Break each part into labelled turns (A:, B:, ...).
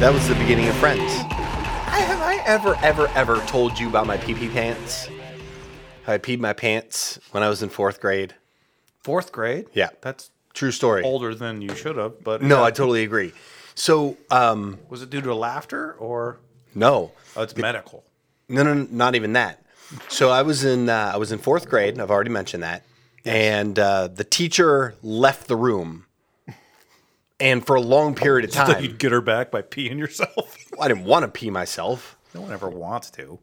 A: That was the beginning of Friends. I, have I ever, ever, ever told you about my pee pee pants? How I peed my pants when I was in fourth grade.
B: Fourth grade?
A: Yeah.
B: That's
A: True story.
B: older than you should have, but
A: No,
B: Oh, yeah.
A: I totally agree. So, um,
B: was it due to laughter or
A: no,
B: oh, it's medical?
A: no, no, no, not even that. So I was in, uh, I was in fourth grade. I've already mentioned that. And uh, the teacher left the room, and for a long period of
B: So
A: time,
B: you'd get her back by peeing yourself.
A: I didn't want to pee myself.
B: no one ever wants to.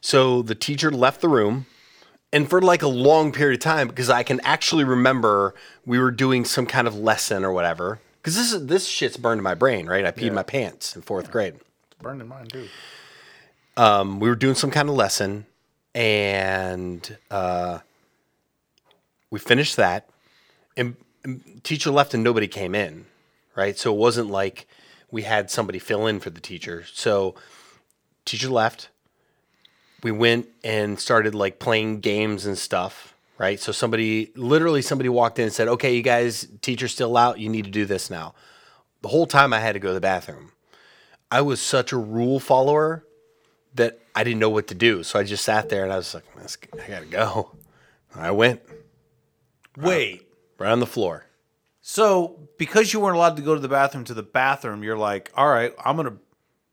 A: So the teacher left the room, and for like a long period of time, because I can actually remember we were doing some kind of lesson or whatever. Because this is this shit's burned in my brain, right? I peed my pants in fourth grade.
B: It's burned in mine too.
A: Um, we were doing some kind of lesson, and uh, we finished that, and, and teacher left, and nobody came in, right? So it wasn't like we had somebody fill in for the teacher. So teacher left. We went and started like playing games and stuff, right? So somebody, literally, somebody walked in and said, "Okay, you guys, teacher's still out. You need to do this now." The whole time I had to go to the bathroom. I was such a rule follower that I didn't know what to do. So I just sat there and I was like, "This- I gotta go. And I went
B: Wait.
A: right on the floor.
B: So because you weren't allowed to go to the bathroom to the bathroom, you're like, all right, I'm gonna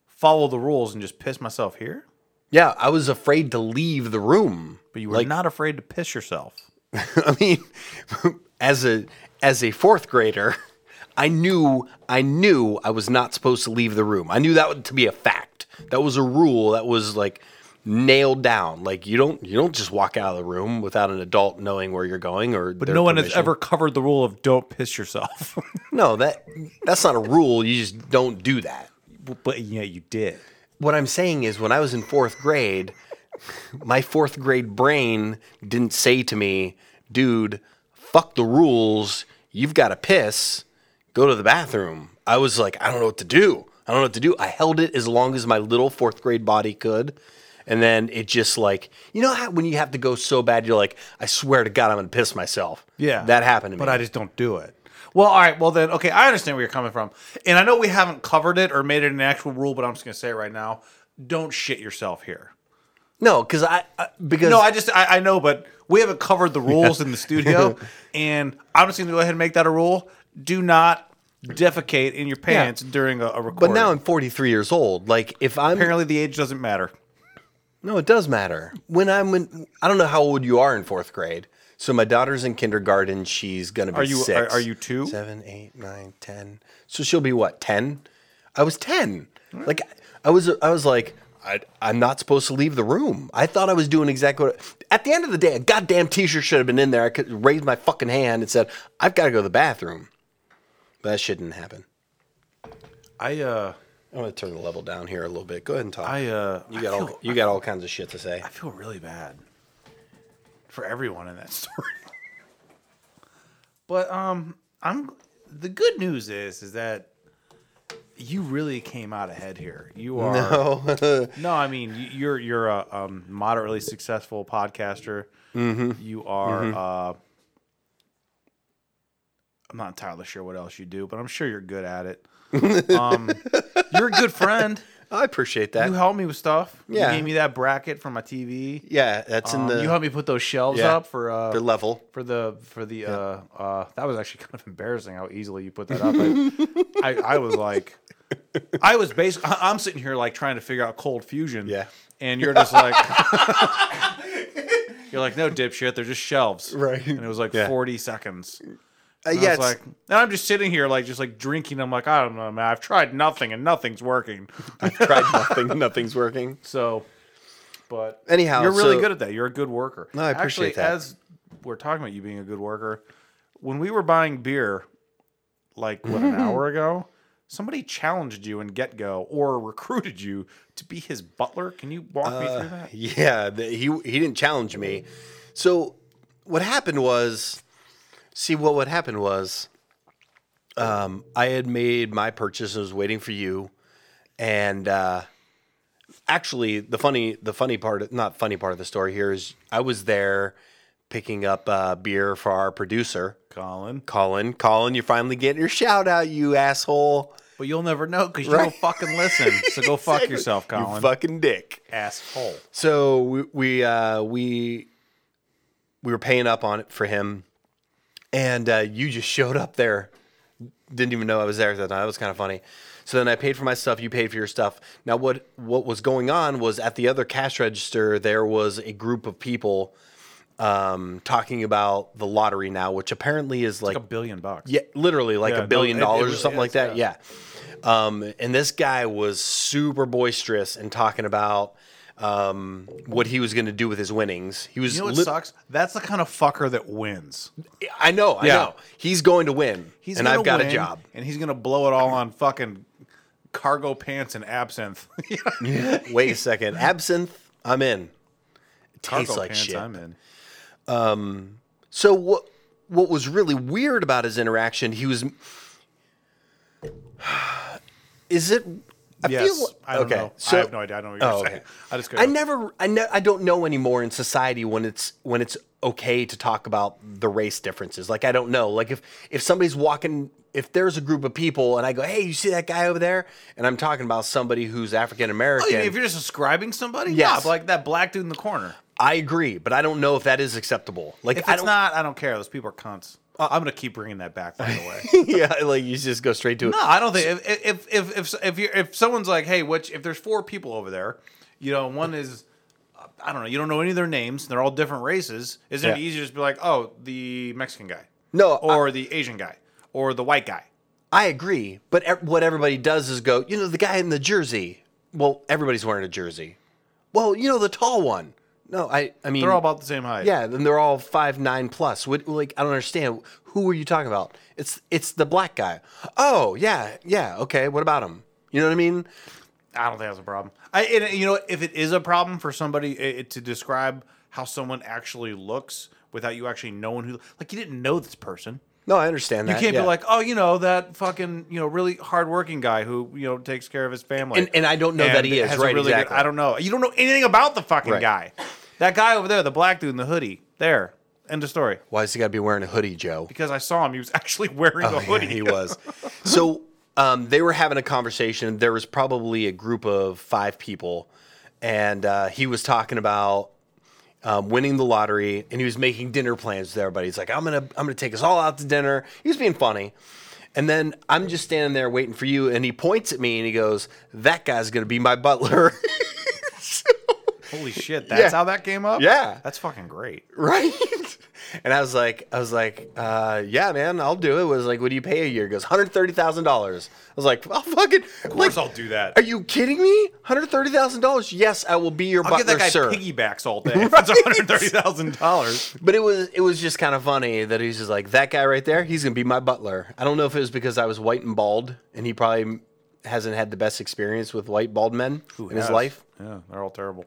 B: follow the rules and just piss myself here.
A: Yeah, I was afraid to leave the room.
B: But you were not afraid to piss yourself.
A: I mean, as a as a fourth grader, I knew I knew I was not supposed to leave the room. I knew that to be a fact. That was a rule that was like nailed down. Like you don't you don't just walk out of the room without an adult knowing where you're going or
B: But no one has ever covered the rule of don't piss yourself.
A: No, that that's not a rule. You just don't do that.
B: but yeah, you did.
A: what I'm saying is when I was in fourth grade, my fourth grade brain didn't say to me, dude, fuck the rules. You've got to piss. Go to the bathroom. I was like, I don't know what to do. I don't know what to do. I held it as long as my little fourth grade body could. And then it just like, you know how when you have to go so bad, you're like, I swear to God, I'm going to piss myself.
B: Yeah.
A: That happened to me.
B: But I just don't do it. Well, all right. Well, then, okay, I understand where you're coming from. And I know we haven't covered it or made it an actual rule, but I'm just going to say it right now don't shit yourself here.
A: no, because I, I, because
B: No, I just, I, I know, but we haven't covered the rules in the studio. and I'm just going to go ahead and make that a rule. Do not defecate in your pants during a, a recording.
A: but now I'm 43 years old. Like if I'm,
B: apparently the age doesn't matter.
A: No, it does matter. When I'm in, I don't know how old you are in fourth grade. So my daughter's in kindergarten. She's gonna be
B: Are you-
A: six.
B: are- are you two?
A: Seven, eight, nine, ten. So she'll be what? Ten. I was ten. Like I was. I was like. I, I'm not supposed to leave the room. I thought I was doing exactly what. At the end of the day, a goddamn T-shirt should have been in there. I could raise my fucking hand and said, "I've got to go to the bathroom." But that shouldn't happen.
B: I, uh,
A: I'm gonna turn the level down here a little bit. Go ahead and talk.
B: I, uh,
A: you
B: I
A: got all
B: feel-
A: you got all kinds of shit to say.
B: I feel really bad for everyone in that story. but um I'm the good news is is that you really came out ahead here. You are no,
A: Oh.
B: I mean you- you're you're a um, moderately successful podcaster. You are uh I'm not entirely sure what else you do, but I'm sure you're good at it. um, you're a good friend.
A: I appreciate that.
B: You helped me with stuff.
A: Yeah.
B: You gave me that bracket for my TV.
A: Yeah, that's
B: Um,
A: in the,
B: you helped me put those shelves
A: Yeah.
B: up for uh
A: the level.
B: for the for the uh uh that was actually kind of embarrassing how easily you put that up. I, I, I was like I was basically I'm sitting here like trying to figure out cold fusion.
A: Yeah.
B: And you're just like You're like, no dipshit, they're just shelves.
A: Right.
B: And it was like
A: Yeah.
B: forty seconds.
A: Uh,
B: And I was like, and I'm just sitting here, like, just like drinking. I'm like, I don't know, man. I've tried nothing, and nothing's working.
A: tried nothing. Nothing's working.
B: So, but
A: Anyhow,
B: you're really
A: so-
B: good at that. You're a good worker.
A: No, I appreciate
B: Actually,
A: that.
B: As we're talking about you being a good worker, when we were buying beer, like what an hour ago, somebody challenged you in Get Go or recruited you to be his butler. Can you walk me through that?
A: Yeah, the, he he didn't challenge me. So what happened was, see what what happened was, um, I had made my purchase. I was waiting for you, and uh, actually, the funny the funny part not funny part of the story here is I was there picking up uh, beer for our producer
B: Colin,
A: Colin. Colin, you finally get your shout out, you asshole.
B: But you'll never know because you don't
A: Right.
B: fucking listen. So go fuck
A: Exactly.
B: yourself, Colin.
A: You fucking dick.
B: Asshole.
A: So we we uh, we we were paying up on it for him, and uh, you just showed up there. Didn't even know I was there at that time. That was kind of funny. So then I paid for my stuff. You paid for your stuff. Now what what was going on was at the other cash register there was a group of people um, talking about the lottery now, which apparently is like
B: Like a billion bucks.
A: yeah, literally like
B: Yeah,
A: a billion
B: no, it- it
A: dollars or
B: really
A: something like
B: is,
A: that. Yeah. Um, and this guy was super boisterous and talking about um, what he was going to do with his winnings. He was.
B: You know what
A: lit-
B: sucks? That's the kind of fucker that wins.
A: I know. I
B: Yeah.
A: know. He's going to win.
B: He's
A: and
B: gonna
A: I've got a
B: win,
A: job.
B: and he's gonna blow it all on fucking cargo pants and absinthe.
A: Wait a second. Absinthe. I'm in. It tastes like shit.
B: I'm in.
A: So what what was really weird about his interaction, he was Is it I
B: Yes,
A: feel
B: I don't
A: okay.
B: know. I
A: So,
B: have no idea. I don't know what you're
A: Oh,
B: saying.
A: okay.
B: I just go.
A: I never I ne- I don't know anymore in society when it's when it's okay to talk about the race differences. Like I don't know. Like if if somebody's walking if there's a group of people and I go, "Hey, you see that guy over there?" and I'm talking about somebody who's African
B: Oh,
A: American.
B: you mean if you're just describing somebody,
A: Yes.
B: yeah, like that black dude in the corner.
A: I agree, but I don't know if that is acceptable. Like
B: If
A: I
B: it's
A: don't
B: not, I don't care. Those people are cunts. Uh, I'm gonna keep bringing that back. By the way,
A: yeah, like you just go straight to it.
B: no, I don't think if if if if if, you if someone's like, hey, which if there's four people over there, you know, one is. uh, I don't know. You don't know any of their names. They're all different races. Isn't it
A: Yeah.
B: easier to just be like, "Oh, the Mexican guy,
A: No,
B: or the Asian guy, or the white guy"?
A: I agree, but ev- what everybody does is go, you know, the guy in the jersey. Well, everybody's wearing a jersey. Well, you know, the tall one. No, I, I mean,
B: They're all about the same height.
A: yeah, then they're all five nine plus. What, like, I don't understand. Who are you talking about? It's it's the black guy. Oh yeah, yeah. Okay, what about him? You know what I mean?
B: I don't think that's a problem. I, and, you know, if it is a problem for somebody i to describe how someone actually looks without you actually knowing who, like you didn't know this person.
A: No, I understand
B: You
A: that.
B: can't
A: yeah.
B: be like, oh, you know, that fucking, you know, really hardworking guy who, you know, takes care of his family.
A: And- and I don't know that he is,
B: has a
A: right,
B: really good-
A: exactly.
B: I don't know. You don't know anything about the fucking
A: Right.
B: guy. That guy over there, the black dude in the hoodie. There. End of story.
A: why does he got to be wearing a hoodie, Joe?
B: Because I saw him, he was actually wearing a
A: Oh, Yeah,
B: hoodie.
A: he was. So um, they were having a conversation. There was probably a group of five people, and uh, he was talking about um, winning the lottery, and he was making dinner plans with everybody. He's like, "I'm gonna, I'm gonna take us all out to dinner." He was being funny, and then I'm just standing there waiting for you, and he points at me and he goes, "That guy's gonna be my butler."
B: Holy shit, that's
A: Yeah.
B: how that came up?
A: Yeah.
B: That's fucking great.
A: right? And I was like, I was like, uh, yeah, man, I'll do it. Was like, what do you pay a year? He goes, hundred thirty thousand dollars. I was like, I'll fucking, of
B: course I'll do that.
A: Are you kidding me? Hundred thirty thousand dollars? Yes, I will be your
B: I'll
A: butler,
B: give that guy
A: sir.
B: piggybacks all day. If It's one hundred thirty thousand dollars.
A: But it was, it was just kind of funny that he's just like that guy right there. He's gonna be my butler. I don't know if it was because I was white and bald, and he probably hasn't had the best experience with white bald men in his life.
B: Yeah, they're all terrible.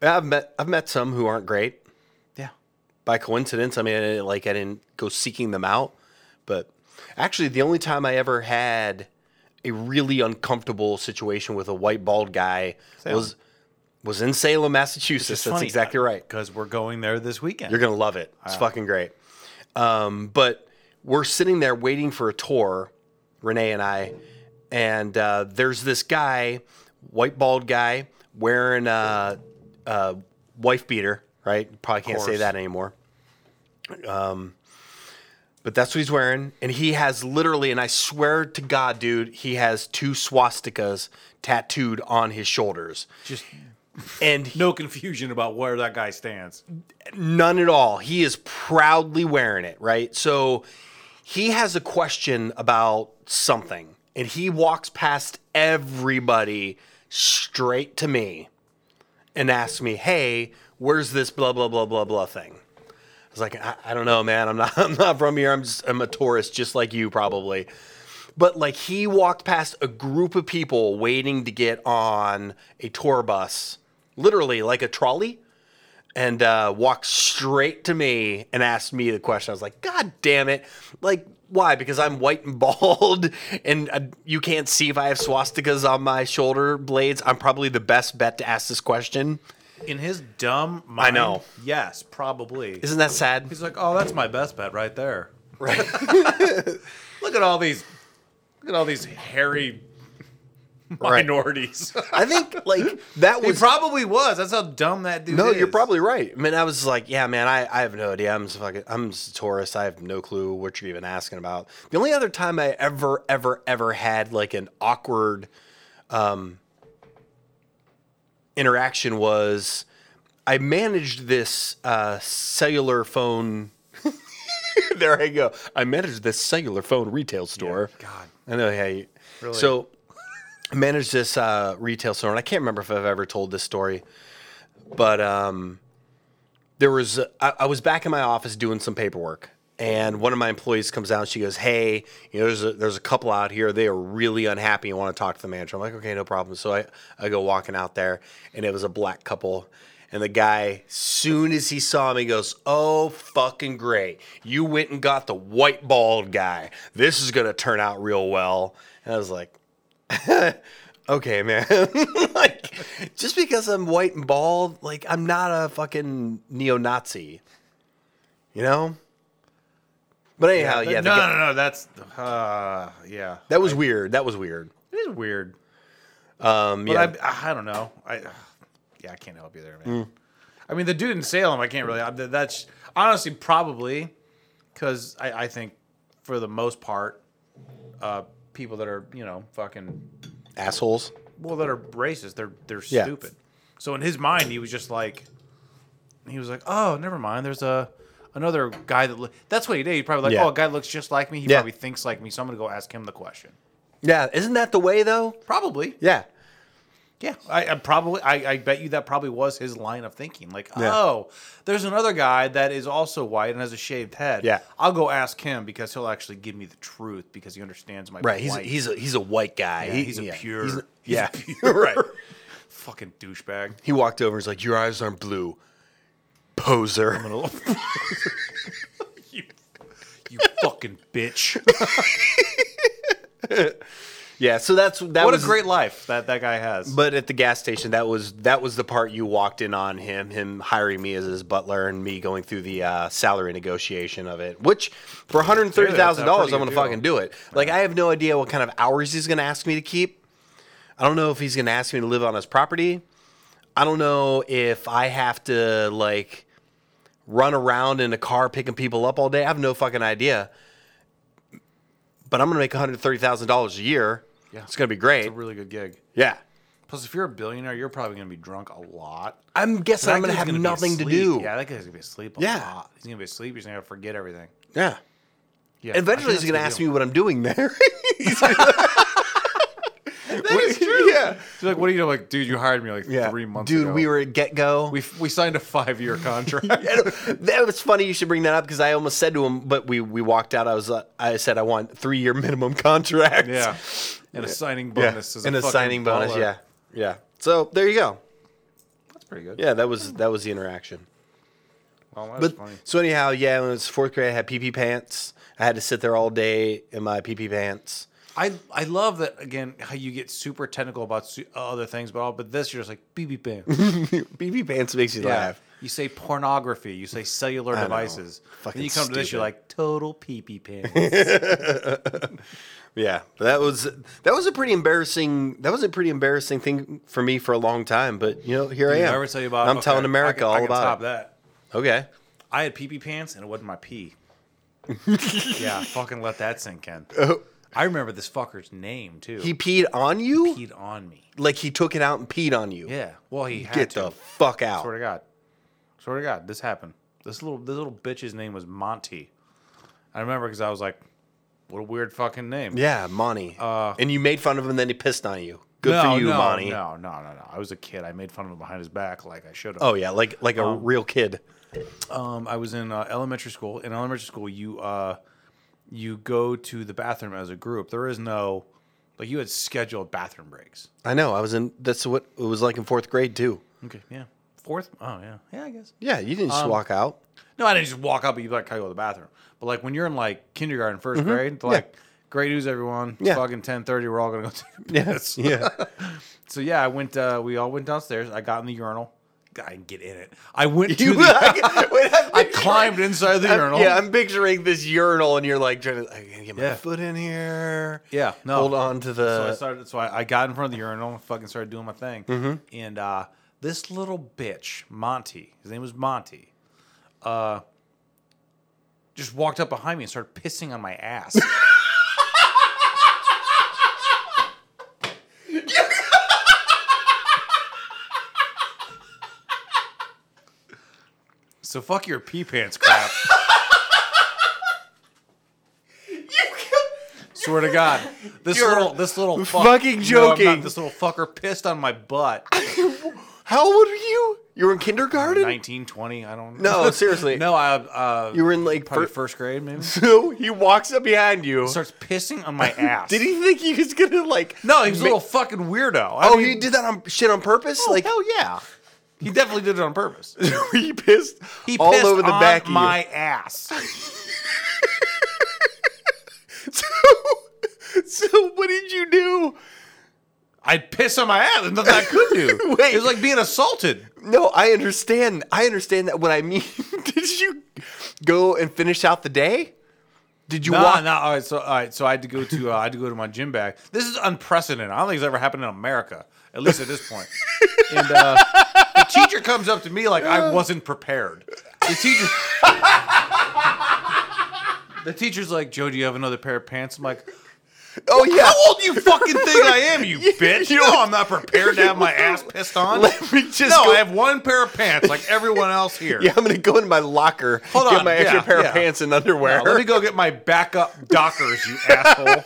A: I've met, I've met some who aren't great.
B: Yeah,
A: by coincidence. I mean, I didn't- like I didn't go seeking them out, but actually, the only time I ever had a really uncomfortable situation with a white bald guy
B: Salem.
A: was was in Salem, Massachusetts. That's exactly right.
B: Because uh, we're going there this weekend.
A: You're gonna love it. It's fucking great. Um, but we're sitting there waiting for a tour, Renee and I, and uh, there's this guy, white bald guy, wearing a, a wife beater. Right? Probably can't say
B: course.
A: that anymore. Um, but that's what he's wearing, and he has literally, and I swear to God, dude, he has two swastikas tattooed on his shoulders,
B: just
A: and
B: no confusion about where that guy stands.
A: None at all. He is proudly wearing it, right? So he has a question about something and he walks past everybody straight to me and asks me, Hey, where's this blah, blah, blah, blah, blah thing? I was like, I, I don't know, man. I'm not, I'm not from here. I'm just, I'm a tourist just like you probably. But like he walked past a group of people waiting to get on a tour bus, literally like a trolley and uh, walked straight to me and asked me the question. I was like, God damn it. Like, why? Because I'm white and bald and uh, you can't see if I have swastikas on my shoulder blades. I'm probably the best bet to ask this question.
B: In his dumb mind.
A: know.
B: Yes, probably.
A: Isn't that sad?
B: He's like, oh, that's my best bet right there. Right. Look at all these Look at all these hairy
A: Right.
B: minorities.
A: I think like that
B: he
A: was
B: probably was. That's how dumb that dude
A: No,
B: is.
A: you're probably right. I mean, I was like, yeah, man, I, I have no idea. I'm just fucking, I'm just a tourist. I have no clue what you're even asking about. The only other time I ever, ever, ever had like an awkward um, interaction was I managed this uh, cellular phone. there I go. I managed this cellular phone retail store.
B: God.
A: I know. Hey, so I managed this uh, retail store, and I can't remember if I've ever told this story, but um, there was I, I was back in my office doing some paperwork, and one of my employees comes out. And she goes, "Hey, you know, there's a, there's a couple out here. They are really unhappy and want to talk to the manager." I'm like, "Okay, no problem." So I I go walking out there, and it was a black couple. And the guy, soon as he saw me, goes, "Oh, fucking great! You went and got the white bald guy. This is gonna turn out real well." And I was like, okay, man. like, just because I'm white and bald, like, I'm not a fucking neo Nazi, you know? But anyhow, Oh, yeah,
B: no,
A: the guy-
B: no, no. That's uh, yeah.
A: that was weird. That was weird.
B: It is weird.
A: Um,
B: But
A: yeah,
B: I, I don't know. I yeah, I can't help you there, man. I mean, the dude in Salem, I can't really. I, that's honestly probably because I, I think for the most part, uh, people that are you know fucking
A: assholes.
B: well that are racist, they're they're
A: Yeah.
B: stupid. So in his mind, he was just like, he was like, oh, never mind. There's a another guy that look. That's what he did. He probably like,
A: Yeah.
B: oh, a guy looks just like me. He
A: Yeah.
B: probably thinks like me. So I'm gonna go ask him the question.
A: Yeah, isn't that the way, though?
B: Probably.
A: Yeah.
B: Yeah, I, I probably, I, I bet you that probably was his line of thinking. Like,
A: Yeah.
B: oh, there's another guy that is also white and has a shaved head.
A: Yeah.
B: I'll go ask him because he'll actually give me the truth because he understands my
A: Right. He's a,
B: plight.
A: he's a, he's a white guy.
B: Yeah,
A: He-
B: he's a
A: yeah,
B: pure,
A: he's-
B: he's
A: yeah.
B: a pure
A: right.
B: fucking douchebag.
A: He walked over and was like, Your eyes aren't blue. Poser.
B: you, you fucking bitch!
A: Yeah. So that's that
B: What
A: was
B: a great life that that guy has.
A: But at the gas station, that was that was the part you walked in on him him hiring me as his butler and me going through the uh, salary negotiation of it. Which for one hundred thirty thousand dollars, I'm going
B: Dude, that's a pretty
A: to
B: good
A: fucking do it. Like I have no idea what kind of hours he's going to ask me to keep. I don't know if he's going to ask me to live on his property. I don't know if I have to like run around in a car picking people up all day. I have no fucking idea. But I'm going to make one hundred thirty thousand dollars a year.
B: Yeah.
A: It's going to be great.
B: a really good gig.
A: yeah.
B: Plus, if you're a billionaire, you're probably gonna be drunk a lot.
A: I'm guessing
B: That
A: I'm gonna
B: dude's
A: have
B: be
A: nothing to
B: asleep.
A: do.
B: Yeah, that guy's gonna be asleep a
A: Yeah.
B: lot. He's gonna be asleep. He's gonna forget everything.
A: Yeah.
B: Yeah, I
A: Eventually,
B: think
A: he's
B: that's
A: gonna
B: a good
A: ask
B: deal.
A: me what I'm doing there.
B: That is true.
A: Yeah.
B: She's like, what do you know? Like, dude, you hired me like
A: yeah,
B: three months
A: dude,
B: ago.
A: we were at Get Go.
B: we, we signed a five year contract.
A: that was funny. You should bring that up because I almost said to him, but we we walked out. I was uh, I said I want three year minimum contract.
B: yeah, and a signing
A: yeah,
B: bonus is
A: and a
B: fucking
A: signing bonus.
B: baller.
A: Yeah, yeah. So there you go.
B: that's pretty good.
A: Yeah, that was that was the interaction.
B: well, that's
A: But
B: funny.
A: so anyhow, yeah, when it was fourth grade, I had PP pants. I had to sit there all day in my PP pants.
B: I I love that again how you get super technical about su- uh, other things, but all but this you're just like BB bam.
A: PP pants makes you laugh.
B: You say pornography. You say cellular
A: know.
B: devices.
A: Fucking
B: then you come to this, you're
A: stupid.
B: like total pee pee pants.
A: Yeah, but that was that was a pretty embarrassing that was a pretty embarrassing thing for me for a long time. But you know, here I
B: Did
A: am.
B: I ever tell you about?
A: I'm
B: okay,
A: telling
B: I
A: America
B: can, I
A: all
B: can top
A: about it.
B: that.
A: Okay,
B: I had pee pee pants and it wasn't my pee. yeah, fucking let that sink in. I remember this fucker's name too.
A: Oh. he peed on you,
B: peed on me.
A: like he took it out and peed on you.
B: Yeah. Well, he had
A: Get
B: to.
A: the fuck out.
B: Swear to God. Swear to God, this happened. This little this little bitch's name was Monty. I remember because I was like, "What a weird fucking name."
A: Yeah, Monty.
B: Uh,
A: and you made fun of him, and then he pissed on you. Good
B: no,
A: for you,
B: no,
A: Monty.
B: No, no, no, no. I was a kid. I made fun of him behind his back, like I should have.
A: Oh yeah, like like a real kid.
B: Um, I was in uh, elementary school. In elementary school, you uh, you go to the bathroom as a group. There is no like you had scheduled bathroom breaks.
A: I know. I was in. That's what it was like in fourth grade too.
B: Okay, yeah. Fourth? Oh yeah, yeah. I guess.
A: Yeah, you didn't just
B: Um,
A: walk out.
B: No, I didn't just walk up and you like, "Can I go to the bathroom?" But like when you're in like kindergarten, 1st grade, they're
A: Yeah.
B: like, "Great news, everyone!
A: Yeah.
B: Fucking ten thirty, we're all gonna go take a piss."
A: Yeah.
B: So yeah, I went. Uh, we all went downstairs. I got in the urinal. I didn't get in it. I went to
A: You-
B: the.
A: I- wait, I'm
B: I
A: picturing-
B: climbed inside the
A: I'm-
B: urinal.
A: Yeah, I'm picturing this urinal, and you're like, trying to, I get my
B: Yeah.
A: foot in here.
B: Yeah, no.
A: Hold on to
B: so I
A: the.
B: started. So I, I got in front of the urinal and fucking started doing my thing.
A: Mm-hmm.
B: And uh, this little bitch, Monty, his name was Monty, uh, just walked up behind me and started pissing on my ass. so fuck your pee pants crap. Swear to God, this
A: You're
B: little this little
A: fucking
B: No, I'm not.
A: joking.
B: this little fucker pissed on my butt.
A: How old were you? You were in kindergarten.
B: 19, 20, I don't know.
A: No, seriously.
B: no, I uh,
A: you were in like
B: probably
A: fir-
B: first grade maybe.
A: So he walks up behind you.
B: Starts pissing on my ass.
A: Did he think he was gonna like?
B: No, he was a
A: ma-
B: little fucking weirdo. I
A: Oh,
B: mean,
A: he did that on shit on purpose.
B: oh,
A: like
B: hell yeah, he definitely did it on purpose.
A: he pissed
B: He
A: all
B: pissed
A: over the
B: on
A: back of you.
B: my ass.
A: So, so what did you do?
B: I'd piss on my ass. There's nothing I could do.
A: Wait.
B: It was like being assaulted.
A: No, I understand. I understand that. What I mean, did you go and finish out the day? Did you
B: No,
A: walk?
B: no. All right, so all right, so I had to go to uh, I had to go to my gym bag. This is unprecedented. I don't think it's ever happened in America, at least at this point. And uh, the teacher comes up to me like I wasn't prepared. The teacher, the teacher's like, "Joe, do you have another pair of pants?" I'm like,
A: Oh yeah.
B: "How old do you fucking think I am, you bitch? You know I'm not prepared to have my ass pissed on."
A: Let me just.
B: No,
A: go-
B: I have one pair of pants like everyone else here.
A: Yeah, I'm gonna go in my locker,
B: Hold
A: get
B: on,
A: my extra
B: yeah,
A: pair
B: yeah.
A: of pants and underwear.
B: Now, let me go get my backup Dockers, you asshole.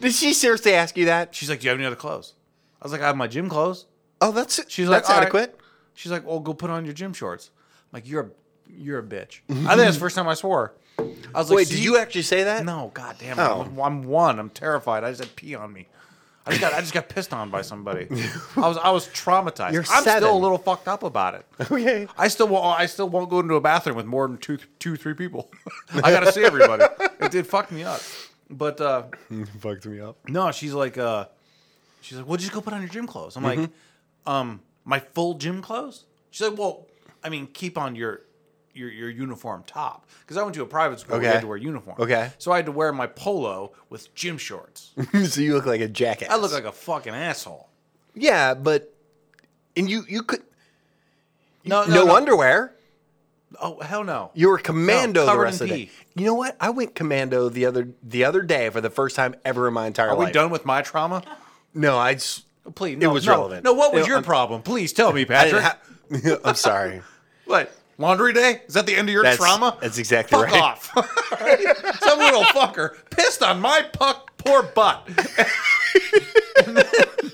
A: Did she seriously ask you that?
B: She's like, "Do you have any other clothes?" I was like, "I have my gym clothes."
A: Oh, that's
B: She's
A: she's
B: like,
A: that's
B: "All right."
A: adequate.
B: She's like, "Well, go put on your gym shorts." I'm like, "You're a you're a bitch." I think that's the first time I swore. I was like,
A: Wait,
B: "See?"
A: did you actually say that?
B: No, god damn it!
A: Oh.
B: I'm, I'm one. I'm terrified. I just had pee on me. I just got I just got pissed on by somebody. I was I was traumatized.
A: You're
B: I'm
A: seven.
B: still a little fucked up about it.
A: Okay.
B: I still won't. I still won't go into a bathroom with more than two, two, three people. I gotta see everybody. It did fuck me up. But uh,
A: Fucked me up.
B: no, she's like, uh, she's like, well, just go put on your gym clothes. I'm like, um, my full gym clothes. She's like, well, I mean, keep on your your your uniform top because I went to a private school. where you
A: Okay.
B: had to wear uniform.
A: Okay.
B: so I had to wear my polo with gym shorts.
A: so you look like a jackass.
B: I look like a fucking asshole.
A: yeah, but and you you could
B: No,
A: no, underwear.
B: Oh hell no.
A: You were commando the
B: covered
A: rest
B: in
A: of the day.
B: pee.
A: You know what? I went commando the other the other day for the first time ever in my entire
B: Are
A: life.
B: we done with my trauma?
A: No, I just
B: Please,
A: It
B: no,
A: was
B: no.
A: relevant.
B: No, what was
A: No,
B: your
A: I'm-
B: problem? Please tell me,
A: I
B: Patrick.
A: didn't ha- I'm sorry.
B: What? Laundry day? Is that the end of your
A: That's-
B: trauma?
A: that's exactly
B: Fuck
A: right.
B: off. Right? Some little fucker pissed on my puck, poor butt. and, then, and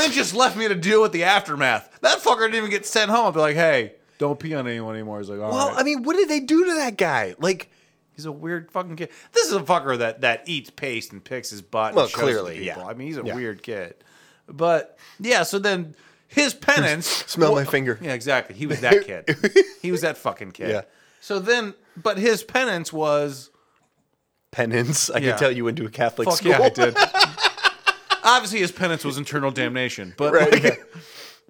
B: then just left me to deal with the aftermath. That fucker didn't even get sent home. I'd be like, hey, don't pee on anyone anymore. He's like, all right.
A: Well, I mean, what did they do to that guy? Like,
B: He's a weird fucking kid. This is a fucker that that eats paste and picks his butt.
A: Well,
B: and shows it to
A: clearly, yeah.
B: people. I mean, he's a
A: Yeah.
B: weird kid. But yeah, so then his penance.
A: Smell my finger.
B: Yeah, exactly. He was that kid. he was that fucking kid.
A: Yeah.
B: So then, but his penance was
A: penance. I
B: Yeah.
A: can tell you went to a Catholic
B: fuck
A: school.
B: yeah, I did. Obviously, his penance was internal damnation. But
A: Right,
B: like,
A: yeah.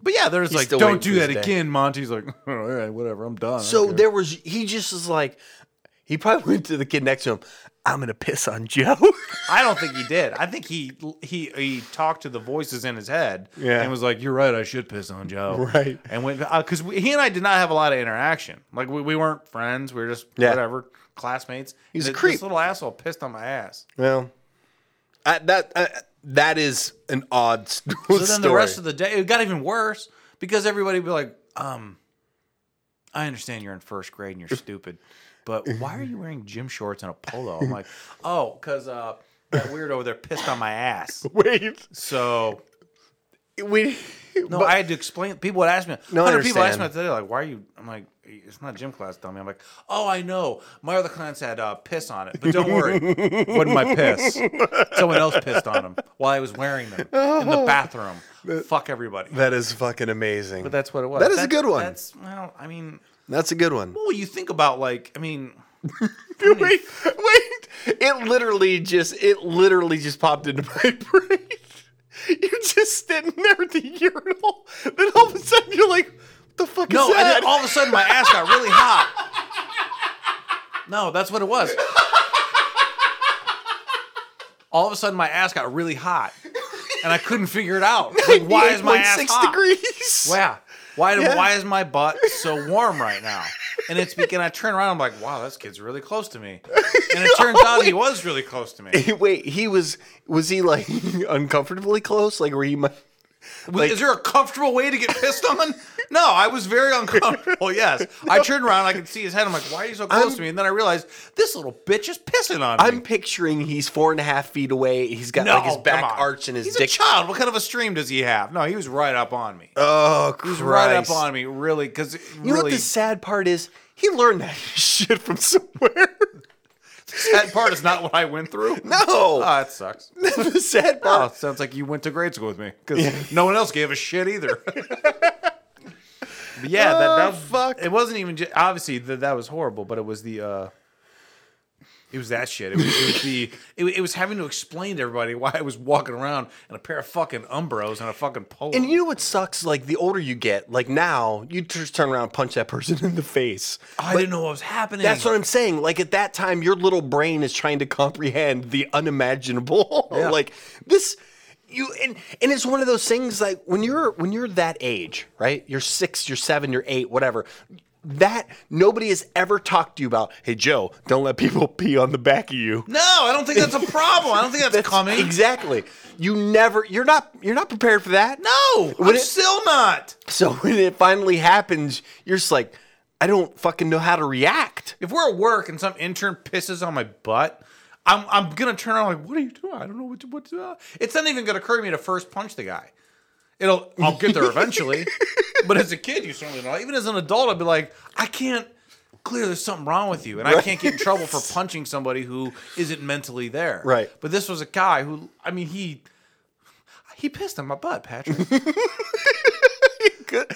B: but yeah, there's like,
A: still
B: don't
A: waiting
B: do
A: for
B: that
A: his day.
B: again, Monty's like, all right, whatever, I'm done. I
A: So
B: don't care."
A: there was he just was like he probably went to the kid next to him. I'm gonna piss on Joe.
B: I don't think he did. I think he he he talked to the voices in his head
A: Yeah.
B: and was like, "You're right. I should piss on Joe."
A: Right.
B: And went because he and I did not have a lot of interaction. Like we, we weren't friends. We were just
A: Yeah.
B: whatever classmates.
A: He's
B: And
A: a
B: th-
A: creep.
B: This little asshole pissed on my ass.
A: well, I, that I, that is an odd s-
B: So then
A: story.
B: the rest of the day, it got even worse because everybody would be like, um, I understand you're in first grade and you're stupid, but why are you wearing gym shorts and a polo? I'm like, oh, because uh, that weirdo over there pissed on my ass.
A: Wait,
B: So
A: we
B: No,
A: but-
B: I had to explain. People would ask me.
A: No, I
B: hundred people asked me
A: understand.
B: today, like, "Why are you?" I'm like, "It's not gym class, dummy." I'm like, "Oh, I know. My other clients had uh, piss on it, but don't worry, wasn't my piss. Someone else pissed on them while I was wearing them in the bathroom. Fuck everybody."
A: Oh. that is fucking amazing.
B: But that's what it was.
A: That is a good one.
B: That's well, I mean,
A: That's a good one.
B: what would you think about? Like, I mean,
A: wait,
B: Hmm.
A: wait. It literally just it literally just popped into my brain. You're just sitting there at the urinal, then all of a sudden you're like, "What the fuck
B: no,
A: is
B: and
A: that?"
B: then all of a sudden my ass got really hot. No, that's what it was. all of a sudden my ass got really hot, and I couldn't figure it out. Like, why is my ass
A: 8.6
B: hot?
A: degrees.
B: Wow. Why
A: Yeah.
B: why is my butt so warm right now? And it's and I turn around, I'm like, wow, this kid's really close to me. And it turns out he was really close to me.
A: Wait, he was was he like uncomfortably close? Like were you? mu-
B: is there a comfortable way to get pissed on? No, I was very uncomfortable. Yes, I turned around, I could see his head. I'm like, why are you so close
A: I'm-
B: to me? And then I realized this little bitch is pissing on
A: I'm
B: me.
A: picturing he's four and a half feet away. He's got
B: No,
A: like his
B: come
A: back
B: on.
A: arched and his
B: He's
A: dick.
B: a child. What kind of a stream does he have? No, he was right up on me.
A: oh,
B: He was right up
A: Christ.
B: on me, really, because
A: You know
B: really
A: what the sad part is? He learned that shit from somewhere.
B: that part is not what I went through.
A: No,
B: oh, it sucks.
A: the sad
B: Oh,
A: part.
B: it sounds like you went to grade school with me because no one else gave a shit either. But yeah, that,
A: Oh,
B: that
A: fuck.
B: It wasn't even ju- obviously that that was horrible, but it was the uh, it was that shit. It was, it was the it, wa- it was having to explain to everybody why I was walking around in a pair of fucking Umbros and a fucking polo.
A: And you know what sucks? Like the older you get, like now you just turn around and punch that person in the face.
B: I didn't know what was happening.
A: That's what I'm saying. Like at that time, your little brain is trying to comprehend the unimaginable.
B: Yeah.
A: like this, you and and it's one of those things. Like when you're when you're that age, right? You're six, you're seven, you're eight, whatever. That nobody has ever talked to you about. Hey Joe, don't let people pee on the back of you.
B: no, I don't think that's a problem. I don't think that's,
A: That's
B: coming.
A: exactly. You never. You're not. You're not prepared for that.
B: no,
A: Would
B: I'm
A: it-
B: still not.
A: So when it finally happens, you're just like, I don't fucking know how to react.
B: If we're at work and some intern pisses on my butt, I'm, I'm gonna turn around like, what are you doing? I don't know what to, what to, uh. It's not even gonna occur to me to first punch the guy. It'll I'll get there eventually. but as a kid, you certainly don't. Even as an adult, I'd be like, I can't. Clear, there's something wrong with you, and I can't get in trouble for punching somebody who isn't mentally there.
A: Right.
B: But this was a guy who, I mean, he he pissed on my butt, Patrick. He
A: Good.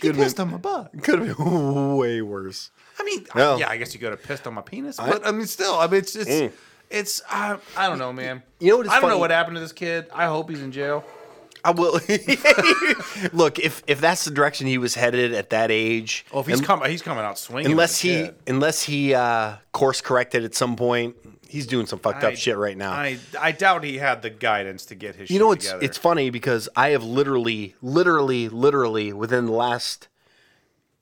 A: Good.
B: pissed on my butt.
A: Could have been way worse.
B: I mean, I-
A: No. Mm.
B: yeah, I guess you could have pissed on my penis, but I mean, still, I mean, it's it's it's I, I don't know, man.
A: You know what is
B: I don't know
A: funny?
B: what happened to this kid. I hope he's in jail.
A: I will look if if that's the direction he was headed at that age.
B: Oh, if he's coming, he's coming out swinging.
A: unless
B: as a
A: he
B: kid.
A: unless he uh, course corrected at some point, he's doing some fucked
B: I-
A: up shit right now.
B: I I doubt he had the guidance to get his.
A: Ah. you know,
B: shit
A: it's
B: together.
A: it's funny because I have literally, literally, literally within the last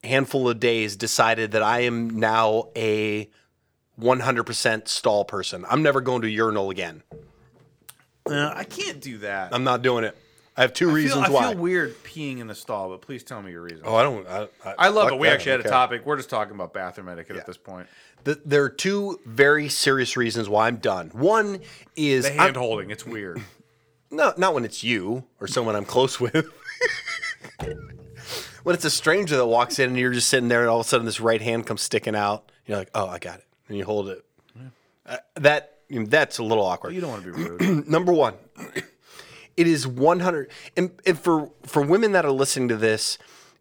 A: handful of days decided that I am now a 100% stall person. I'm never going to urinal again.
B: Uh, I can't do that.
A: I'm not doing it. I have two
B: I feel,
A: Um, reasons
B: I
A: why.
B: feel weird peeing in the stall, but please tell me your reason.
A: oh, I don't. I, I,
B: I love
A: fuck
B: it. We
A: that, I
B: actually
A: don't
B: had a
A: care.
B: topic. We're just talking about bathroom etiquette at this point.
A: Th- there are two very serious reasons why I'm done. One is
B: The
A: I'm-
B: hand holding, it's weird.
A: no, not when it's you or someone I'm close with. when it's a stranger that walks in and you're just sitting there, and all of a sudden this right hand comes sticking out. You're like, oh, I got it, and you hold it. Uh, that that's a little awkward.
B: You don't want to be rude.
A: Number one, it is 100. And, and for, for women that are listening to this,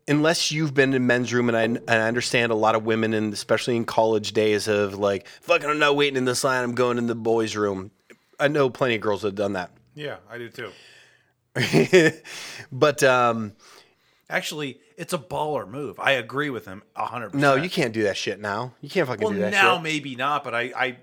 A: unless you've been in men's room, and I, and I understand a lot of women, and especially in college days, of like, fucking, I'm not waiting in this line, I'm going in the boys' room. I know plenty of girls that have done
B: yeah, I do too.
A: that. but um,
B: Actually, it's a baller move. I agree with him 100%.
A: no, you can't do that shit now. You can't fucking
B: Well,
A: do that
B: now
A: shit.
B: maybe not, but I, I,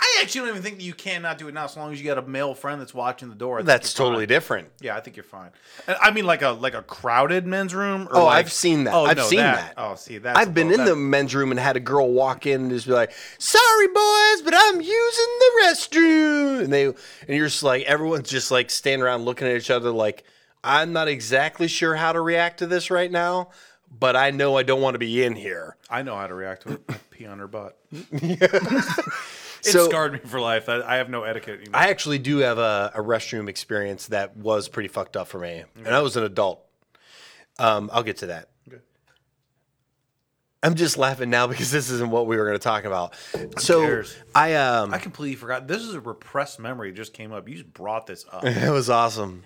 B: I actually don't even think that you cannot do it now, as long as you got a male friend that's watching the door. I think
A: That's
B: you're fine.
A: totally different.
B: Yeah, I think you're fine. And I mean, like a like a crowded men's room. Or
A: Oh,
B: like-
A: I've seen that. I've seen that.
B: Oh, see that.
A: I've been in the men's room and had a girl walk in and just be like, "Sorry, boys, but I'm using the restroom." And they and you're just like, everyone's just like standing around looking at each other, like, "I'm not exactly sure how to react to this right now, but I know I don't want to be in here."
B: I know how to react to it. I pee on her butt. it
A: So-
B: scarred me for life. I, I have no etiquette anymore.
A: I actually do have a, a restroom experience that was pretty fucked up for me, and I was an adult. Um, I'll get to that. I'm just laughing now because this isn't what we were going to talk about. so
B: cares?
A: I um
B: I completely forgot. This is a repressed memory. It just came up. You just brought this up.
A: it was awesome.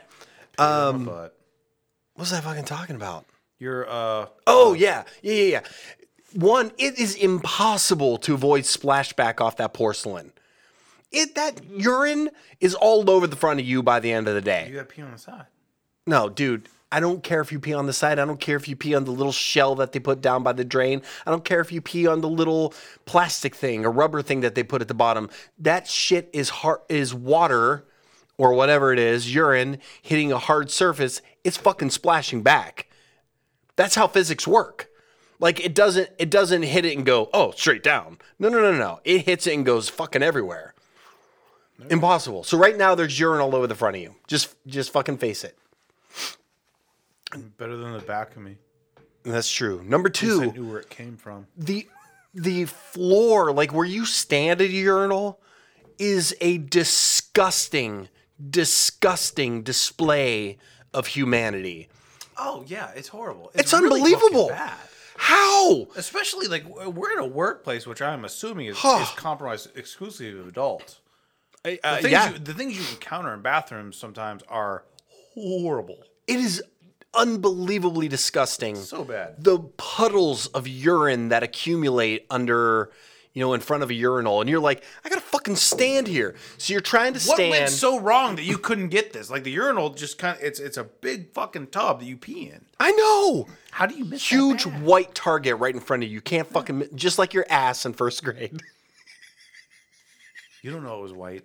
B: um, but
A: What was I fucking talking about?
B: you're uh,
A: Oh yeah, yeah, yeah, yeah. One, it is impossible to avoid splashback off that porcelain. It that urine is all over the front of you by the end of the
B: you
A: day.
B: got pee on the side.
A: No, dude, I don't care if you pee on the side. I don't care if you pee on the little shell that they put down by the drain. I don't care if you pee on the little plastic thing or rubber thing that they put at the bottom. That shit is hard, is water or whatever it is, urine hitting a hard surface. It's fucking splashing back. That's how physics work. Like it doesn't it doesn't hit it and go, "Oh, straight down." No, no, no, no. It hits it and goes fucking everywhere. Impossible. So right now there's urine all over the front of you. Just just fucking face it.
B: Better than the back of me.
A: That's true. Number
B: I
A: 2,
B: knew where it came from.
A: the the floor, like where you stand at a urinal, is a disgusting, disgusting display of humanity.
B: Oh yeah, it's horrible.
A: It's unbelievable.
B: fucking bad.
A: How?
B: Especially like w- we're in a workplace, which I'm assuming is,
A: Huh.
B: is compromised exclusively of adults. The
A: Uh,
B: things,
A: yeah.
B: you, the things you encounter in bathrooms sometimes are horrible.
A: it is unbelievably disgusting.
B: So bad.
A: the puddles of urine that accumulate under you know in front of a urinal and you're like i gotta fucking stand here so you're trying to
B: What
A: stand
B: went so wrong that you couldn't get this? Like the urinal just kind of it's it's a big fucking tub that you pee in.
A: i know
B: How do you miss that
A: huge
B: bad?
A: white target right in front of you can't fucking mi- just like your ass in first grade
B: You don't know it was white.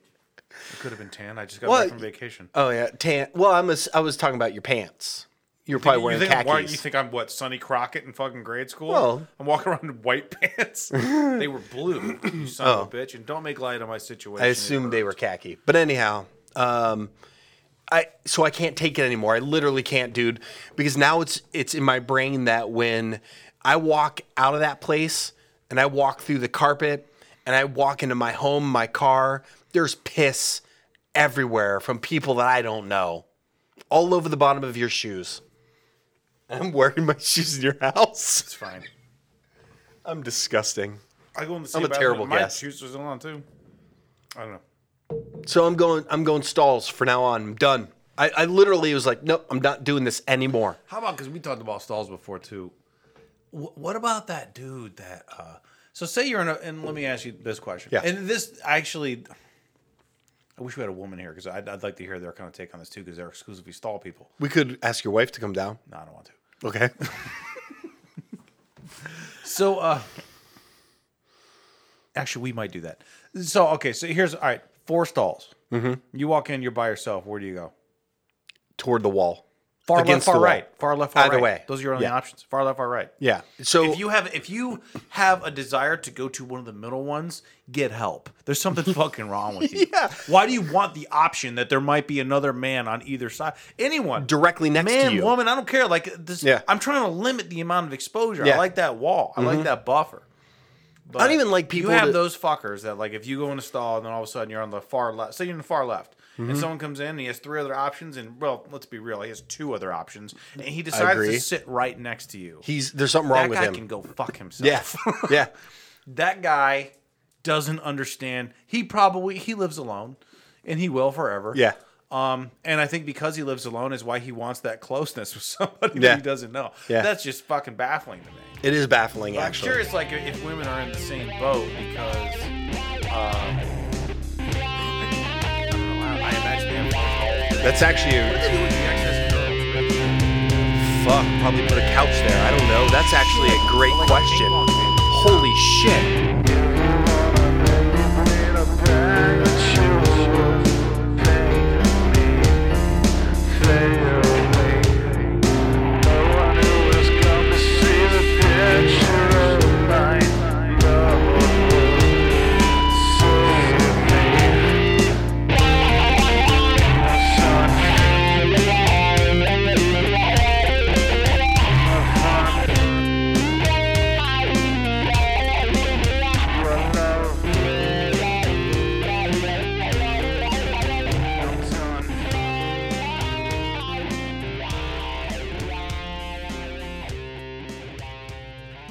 B: It could have been tan. I just got
A: What?
B: back from vacation.
A: oh yeah tan well i'm a, s- i am I was talking about your pants you were probably
B: you
A: wearing
B: think I'm
A: khakis
B: white? You think I'm what? Sonny Crockett in fucking grade school?
A: Well-
B: I'm walking around in white pants. they were blue. You son of a bitch! And don't make light of my situation.
A: Oh. I assumed they were khaki. But anyhow, um, I so I can't take it anymore. I literally can't, dude, because now it's it's in my brain that when I walk out of that place and I walk through the carpet and I walk into my home, my car, there's piss everywhere from people that I don't know, all over the bottom of your shoes. I'm wearing my shoes in your house.
B: It's fine.
A: I'm disgusting.
B: I go in the same.
A: a
B: bathroom,
A: terrible
B: my
A: guest.
B: shoes was on too. I don't know.
A: So I'm going. I'm going stalls for now on. I'm done. I, I literally was like, nope, I'm not doing this anymore.
B: How about because we talked about stalls before too? Wh- what about that dude that? uh So say you're in a. And let me ask you this question.
A: Yeah.
B: And this actually, I wish we had a woman here because I'd, I'd like to hear their kind of take on this too because they're exclusively stall people.
A: We could ask your wife to come down.
B: No, I don't want to.
A: Okay.
B: So, uh, actually, we might do that. So, okay, so here's all right. Four stalls. Mm-hmm. You walk in, you're by yourself. Where do you go?
A: Toward the wall.
B: Far
A: Against
B: left,
A: the
B: far
A: wall.
B: right. Far left, far
A: Either
B: right.
A: way.
B: Those are your only
A: Yeah.
B: options. Far left, far right.
A: Yeah. So
B: If you have, if you have a desire to go to one of the middle ones, get help. There's something fucking wrong with you.
A: Yeah.
B: Why do you want the option that there might be another man on either side? Anyone,
A: directly next to
B: man,
A: you.
B: woman, I don't care. Like this,
A: Yeah.
B: I'm trying to limit the amount of exposure. I
A: Yeah. Mm-hmm.
B: like that wall. I like that buffer. But
A: don't even like people
B: You have
A: that-
B: those fuckers that like if you go in a stall and then all of a sudden you're on the far left. Say you're in the far left.
A: Mm-hmm.
B: And someone comes in and he has three other options, and well, let's be real, he has two other options, and he decides to
A: agree.
B: sit right next to you.
A: He's there's something
B: that
A: wrong with
B: guy
A: him.
B: can go fuck himself.
A: yeah. yeah.
B: that guy doesn't understand. He probably he lives alone, and he will forever.
A: Yeah.
B: Um, and I think because he lives alone is why he wants that closeness with somebody
A: Yeah.
B: that he doesn't know.
A: Yeah.
B: That's just fucking baffling to me.
A: It is baffling,
B: I'm
A: actually.
B: curious, like, if women are in the same boat because, um, I don't know, I I imagine they have
A: That's actually
B: What do they do with the excess girls?
A: fuck. Probably put a couch there. I don't know. That's actually a great
B: Like a ping
A: question.
B: pong table.
A: Holy shit.